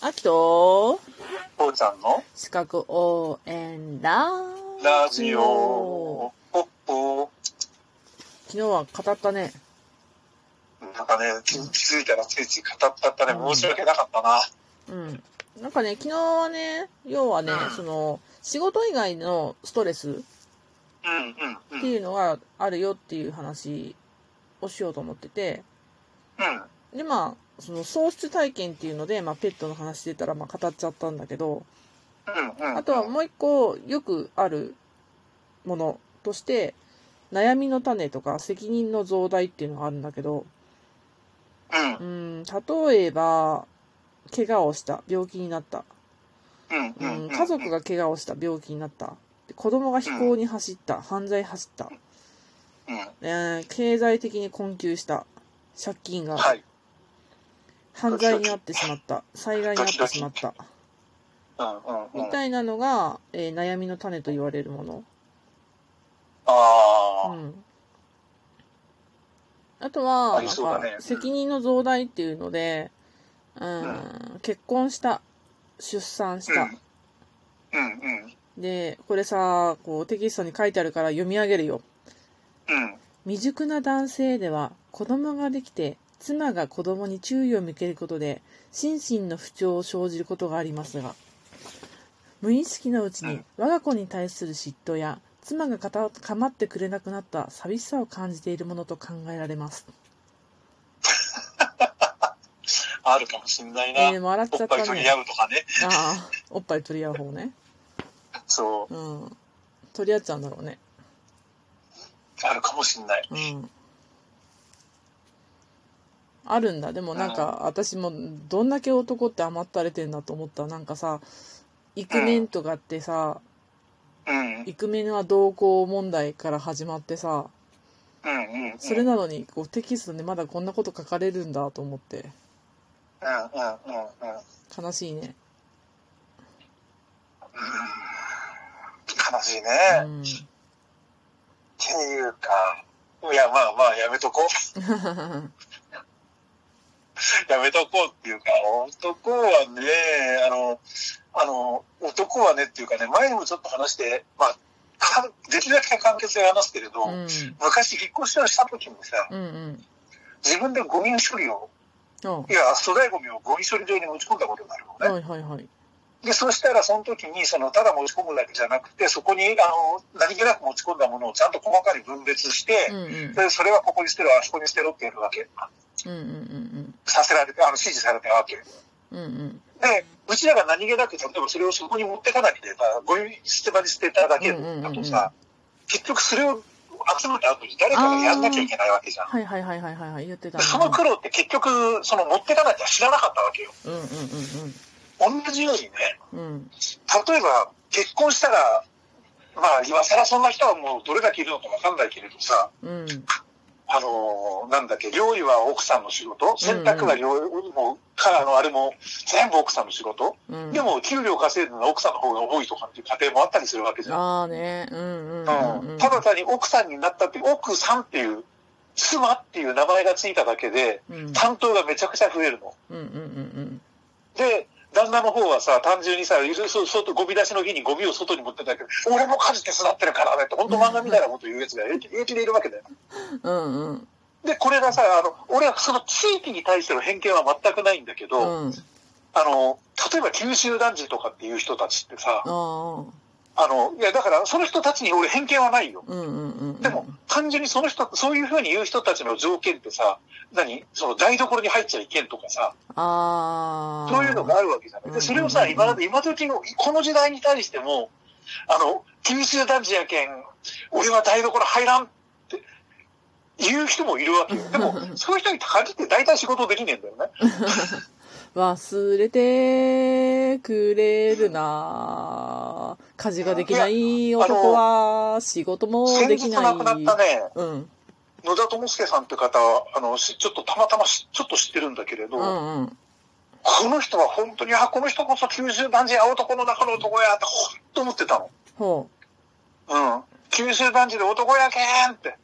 あと、こうちゃんの資格応援ララジオ。おっお。昨日は語ったね。なんかね、気気づいたらついつい語っちゃったね。申し訳なかったな。うん。なんかね、昨日はね、要はね、うんその、仕事以外のストレスうんうんうっん。てうん。いうのがあるよっていう話をしようと思ってて、で、まあ、その喪失体験っていうので、まあ、ペットの話出たら、まあ、語っちゃったんだけど、うんうん。あとはもう一個よくあるものとして、悩みの種とか責任の増大っていうのがあるんだけど、うんう。ーん、例えば、怪我をした、病気になった、うんううんん。家族が怪我をした、病気になった、子供が非行に走った、犯罪走った、うん。えー経済的に困窮した、借金が、はい。犯罪に遭ってしまった、災害に遭ってしまった、うんうんうん。みたいなのが、えー悩みの種と言われるもの。うあんあとは、ありそうだねなんか責任の増大っていうので、うん結婚した、出産しあ。た、うん。うんうん。で、これさ、こうテキストに書いてあるから読み上げるよ。うん。未熟な男性では子供ができて、妻が子供に注意を向けることで、心身の不調を生じることがありますが、無意識のうちうにん我が子に対する嫉妬や、妻がかた構ってくれなくなった寂しさを感じているものと考えられます。あるかもしんないえな。ー、笑っちおゃっったぱい取りね。合うとかね。ああ、おっぱい取り合う方ね。そうん。取り合っちゃうんだろうね。う。あるかもしんない。うん。あるんだ。でもなんか、私もどんだけ男って甘ったれてんだと思った。なんかさ、イクメンとかってさ、うん。イクメンは同行問題から始まってさ、うんうんうん。それなのにこうテキストでまだこんなこと書かれるんだと思って、うんうんうんうん。悲しいね。悲しいね。うん。っていうか、いや、まあまあ、やめとこう。やめとこうっていうか、男はね、あの、あの、男はねっていうかね、前にもちょっと話して、まあ、かんできるだけ簡潔で話すけれど、うん。昔引っ越しをした時にさ、うんうん。自分でゴミ処理を、あいや、粗大ゴミをゴミ処理場に持ち込んだことがあるのね。はいはいはい。で、そしたらその時に、その、ただ持ち込むだけじゃなくて、そこに、あの、何気なく持ち込んだものをちゃんと細かに分別してうん、うん。で、それはここに捨てろ、あそこに捨てろってやるわけ。うんうんうんさせられて、あの、指示されたわけ。うん。うんうん。で、うちらが何気なく、例えばそれをそこに持ってかなきゃいけない、ゴミ捨て場に捨てただけだとさ、結局それを集めた後に誰かがやんなきゃいけないわけじゃん。はいはいはいはいはいはい。言ってたでね。その苦労って結局、その持ってかなきゃ知らなかったわけよ。うんうん同じようにね、うんうん。うん。例えば結婚したら、まあ今更そんな人はもうどれだけいるのかわかんないけれどさ、うん。あのーなんだっけ、料理は奥さんの仕事、洗濯は料理も、かあの、あれも全部奥さんの仕事、うんでも給料稼いでるのは奥さんの方が多いとかっていう家庭もあったりするわけじゃん。ああね、うんうんうん、ううんん。ただ単に奥さんになったって、奥さんっていう、妻っていう名前がついただけで、うん、うん担当がめちゃくちゃ増えるの。うんうんで、旦那の方はさ、単純にさ、いるそう外ゴミ出しの日にゴミを外に持ってたけど、俺も家事手伝ってるからねって、本当漫画みたいなこと言うやつが平気平気でいるわけだよ。うん。うんうん。で、これがさ、あの、俺はその地域に対しての偏見は全くないんだけど、うん。あの、例えば九州男児とかっていう人たちってさ、ああの、いや、だから、その人たちに俺偏見はないよ。あ。うんうんうん。でも、単純にその人、そういうふうに言う人たちの条件ってさ、何その台所に入っちゃいけんとかさ、ああ。そういうのがあるわけじゃない。うんうんうで、んそれをさ、今まで、今時の、この時代に対しても、あの、九州男児やけん、俺は台所入らんって言う人もいるわけよ。でも、 そういう人に限って大体仕事できねえんだよね。忘れてくれるな。家事ができない男は仕事もで先き日ない。亡くなったね、うん。野田智介さんって方は、あの、しちょっとたまたましちょっと知ってるんだけれど、うんうん。この人は本当に、あ、この人こそ九州男児や男の中の男や、ってほんと思ってたの。ほうん。九州男児で男やけんって。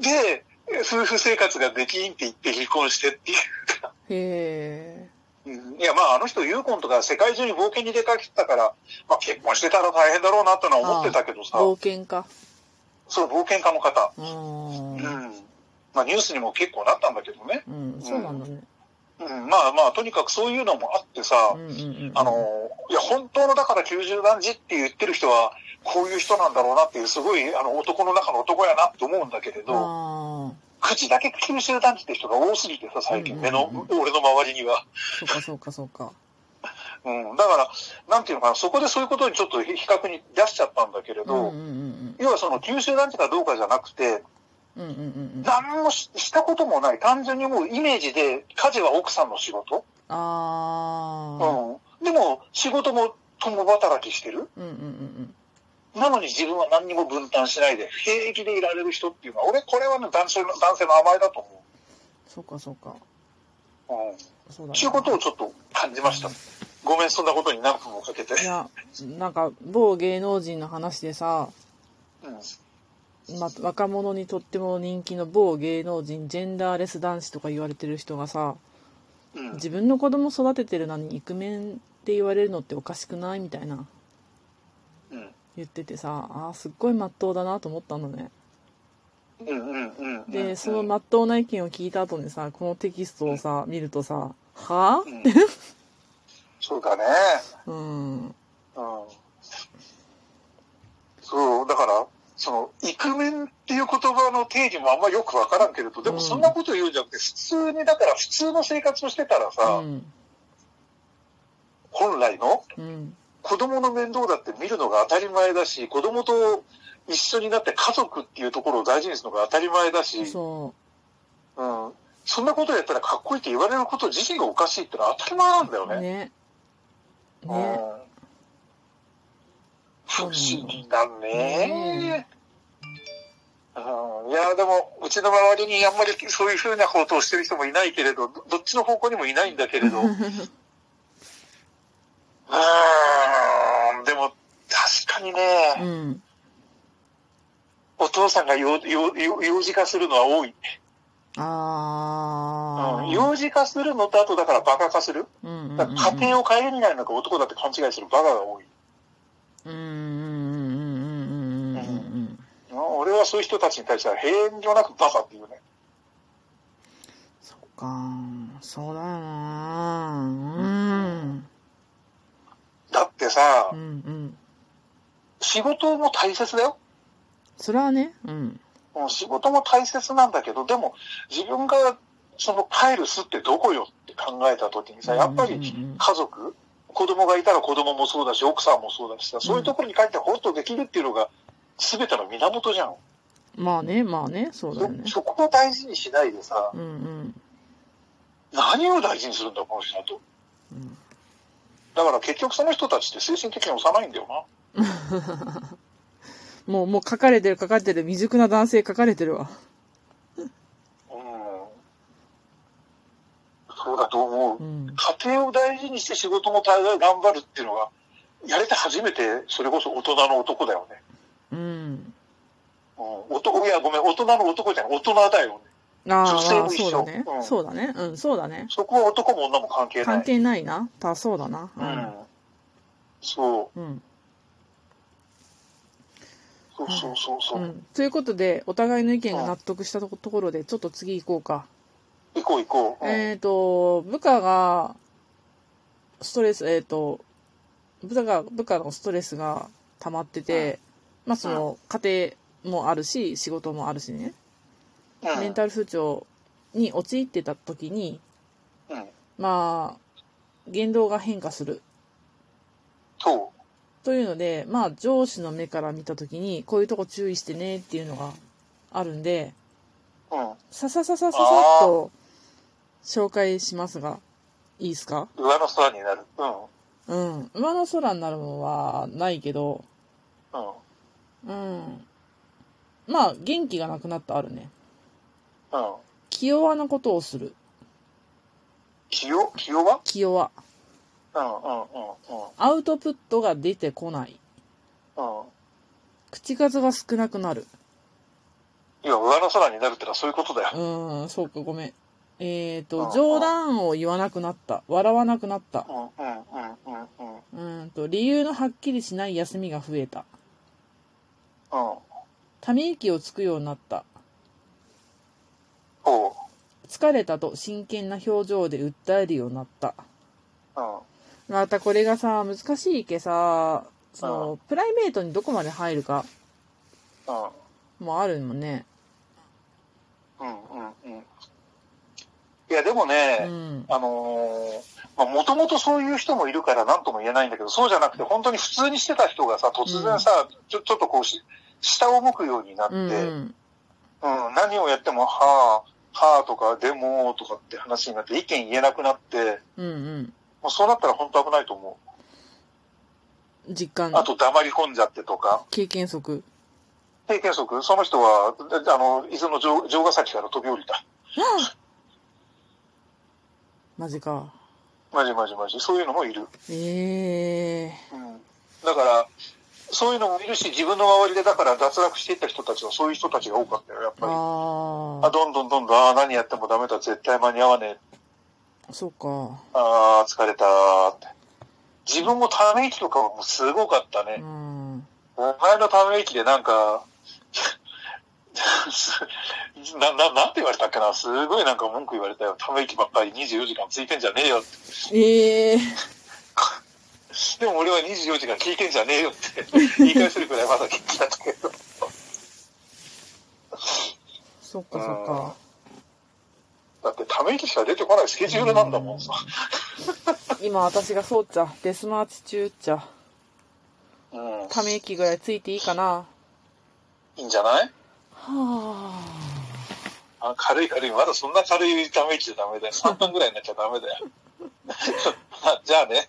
で、夫婦生活ができんって言って離婚してっていう。う。へえ。うんいや、まあ、あの人、ユーコンとか世界中に冒険に出かけてたから、まあ、結婚してたら大変だろうなってのは思ってたけどさ、冒険家。その冒険家の方、うーうんん。まあ、ニュースにも結構なったんだけどね、うん、そうなんだね。うん、まあまあ、とにかくそういうのもあってさ、うんうんうん。あの、いや、本当のだから90何時って言ってる人は、こういう人なんだろうなっていう、すごい、あの、男の中の男やなって思うんだけれど、ああ、口だけ九州男児って人が多すぎてさ、最近、目の、俺の周りには。そうかそうかそうか。うん。だから、なんていうのかな、そこでそういうことにちょっと比較に出しちゃったんだけれうんど、うんうん要はその九州男児かどうかじゃなくて、うん。うんうんうんうん。あ何もししたこともない、単純にもうイメージで、家事は奥さんの仕事、あうん。でも、仕事も共働きしてるー。うんうんうんなのに自分は何にも分担しないで、平気でいられる人っていうのは、俺、これはね、男性の、男性の甘えだと思そうかそうか。う。うん。そうだなそういうことをちょっと感じました。ごめん、そんなことに何分もかけて。いや、なんか、某芸能人の話でさ、うん。ま、若者にとっても人気の某芸能人、ジェンダーレス男子とか言われてる人がさ、うん。自分の子供育ててるのにイクメンって言われるのっておかしくないみたいなうん。言っててさ、ああ、すっごい真っ当だなと思ったのね。うん。うん。うん。うんで、その真っ当な意見を聞いた後にさ、このテキストをさ、見るとさ、はうんそうだね。ぁうん。うん。そう、だから、その、イクメンっていう言葉の定義もあんまよくわからんけれど、でうもんそんなこと言うんじゃなくて、普通に、だから普通の生活をしてたらうさ、ん。本来のうん。子供の面倒だって見るのが当たり前だし、子供と一緒になって家族っていうところを大事にするのが当たり前だし、うん、そそんなことやったらかっこいいって言われること自身がおかしいってのは当たり前なんだよう。ね。ね。うんね。不そう思なんだ議だね。うん、いや、でも、うちの周りにあんまりそういうふうなことをしてる人もいないけれど、どどっちの方向にもいないんだけ れど、うん、でも、確かにね、うん。お父さんが用用用用事化するのは多い。あうん、ー。用事化するのと、あとだからバカ化する。うんうんうんうん。だから家庭を変えれないのか男だって勘違いするバカが多い。うんうんうんうんうんうんうん。うん俺はそういう人たちに対しては平遠慮なくバカっていうね。そっかー。そうだよなー。うん。だってさう、んうん。仕事も大切だよ。それはね、うん。うん仕事も大切なんだけど、でも自分がその帰る巣ってどこよって考えた時にさ、やっぱうんりうんうん家族、子供がいたら子供もそうだし、奥さんもそうだしさ、そういうところに帰ってホッとできるっていうのが全ての源じゃん。まあね、まあね、そうだよねそ。そこを大事にしないでさ、うんうん。何を大事にするんだ、この人だと。うんだから結局その人たちって精神的に幼いんだよな。もう、もう書かれてる書かれてる、未熟な男性書かれてるわ。うん。そうだと思う。うん。家庭を大事にして仕事も大概頑張るっていうのが、やれて初めて、それこそ大人の男だよね。うん。うん。男、いや、ごめん、大人の男じゃない、大人だよね。あー女性もあー、一そう緒だねう。んそうだね。うん、そうだね。そこは男も女も関係ない。関係ないな。た、そうだな。うん。そう。うん。うん。そうそうそうそうう、ん。ということで、お互いの意見が納得したとこところで、ちょっと次行こうか。行こう行こう。うんえっ、と、部下が、ストレス、えっ、と、部下が、部下のストレスが溜まってて、まあその、家庭もあるし、仕事もあるしね、うん。メンタル不調に陥ってた時に、うん。まあ、言動が変化する。そというので、まあ上司の目から見た時に、こういうとこ注意してねっていうのがあるんで、う。うん。ささささささっと紹介しますが、いいですか上の空になる。ううん。ん。馬の空になるのはないけど、うん。うん。まあ、元気がなくなったあるね。うん。気弱なことをする。気を気をは気弱。うんうんうんアウトプットが出てこない。うん。うん。口数が少なくなる。いや、上の空になるってのはそういうことだよ。うーん、そうか、ごめん。えっ、うとん、冗談を言わなくなった。笑わなくなったう。んうんうんうんうんうん。うーんと、理由のはっきりしない休みが増えた。おため息をつくようになった。う。疲れたと真剣な表情で訴えるようになった。うん。またこれがさ、難しいけさ、その、プライベートにどこまで入るかうん。もあるもんね。うんうんうん。いや、でもね、うん。あのーまあ、もともとそういう人もいるから何とも言えないんだけど、そうじゃなくて本当に普通にしてた人がさ、突然さ、ちょちょっとこうし、下を向くようになって、ううんん、うん。何をやっても、はあ、はあとか、でも、とかって話になって、意見言えなくなって、うんもうそうなったら本当危ないと思う。うん。実感あ、と黙り込んじゃってとか、経験則。 経験則、その人は、であの、伊豆の城城ヶ崎から飛び降りた。マジか。マジマジマジ、そういうのもいる。ええうんだから、そういうのもいるし、自分の周りで、だから脱落していった人たちは、そういう人たちが多かったよ、やっぱあり。あ、どんどんどんどん、ああ、何やってもダメだ、絶対間に合わねえ、あ、そうか。ああ、疲れたーって。自分もため息とかもすごかったうね。ん。お前のため息でなんか、 すな、な、なんて言われたっけなすごいなんか文句言われたよ。ため息ばっかり24時間ついてんじゃねえよって。ええでも俺は24時間聞いてんじゃねえよって言い返せるくらいまだ聞きたくて。そっかそっか。だってため息しか出てこないスケジュールなんだもんさ。今私がそうっちゃ、デスマーチ中っちゃ、うん。ため息ぐらいついていいかな。はいいんじゃない哦あ。あ軽い軽い。まだそんな軽いため息じゃダメだよ。3分ぐらいになっちゃダメだよ。じゃあね。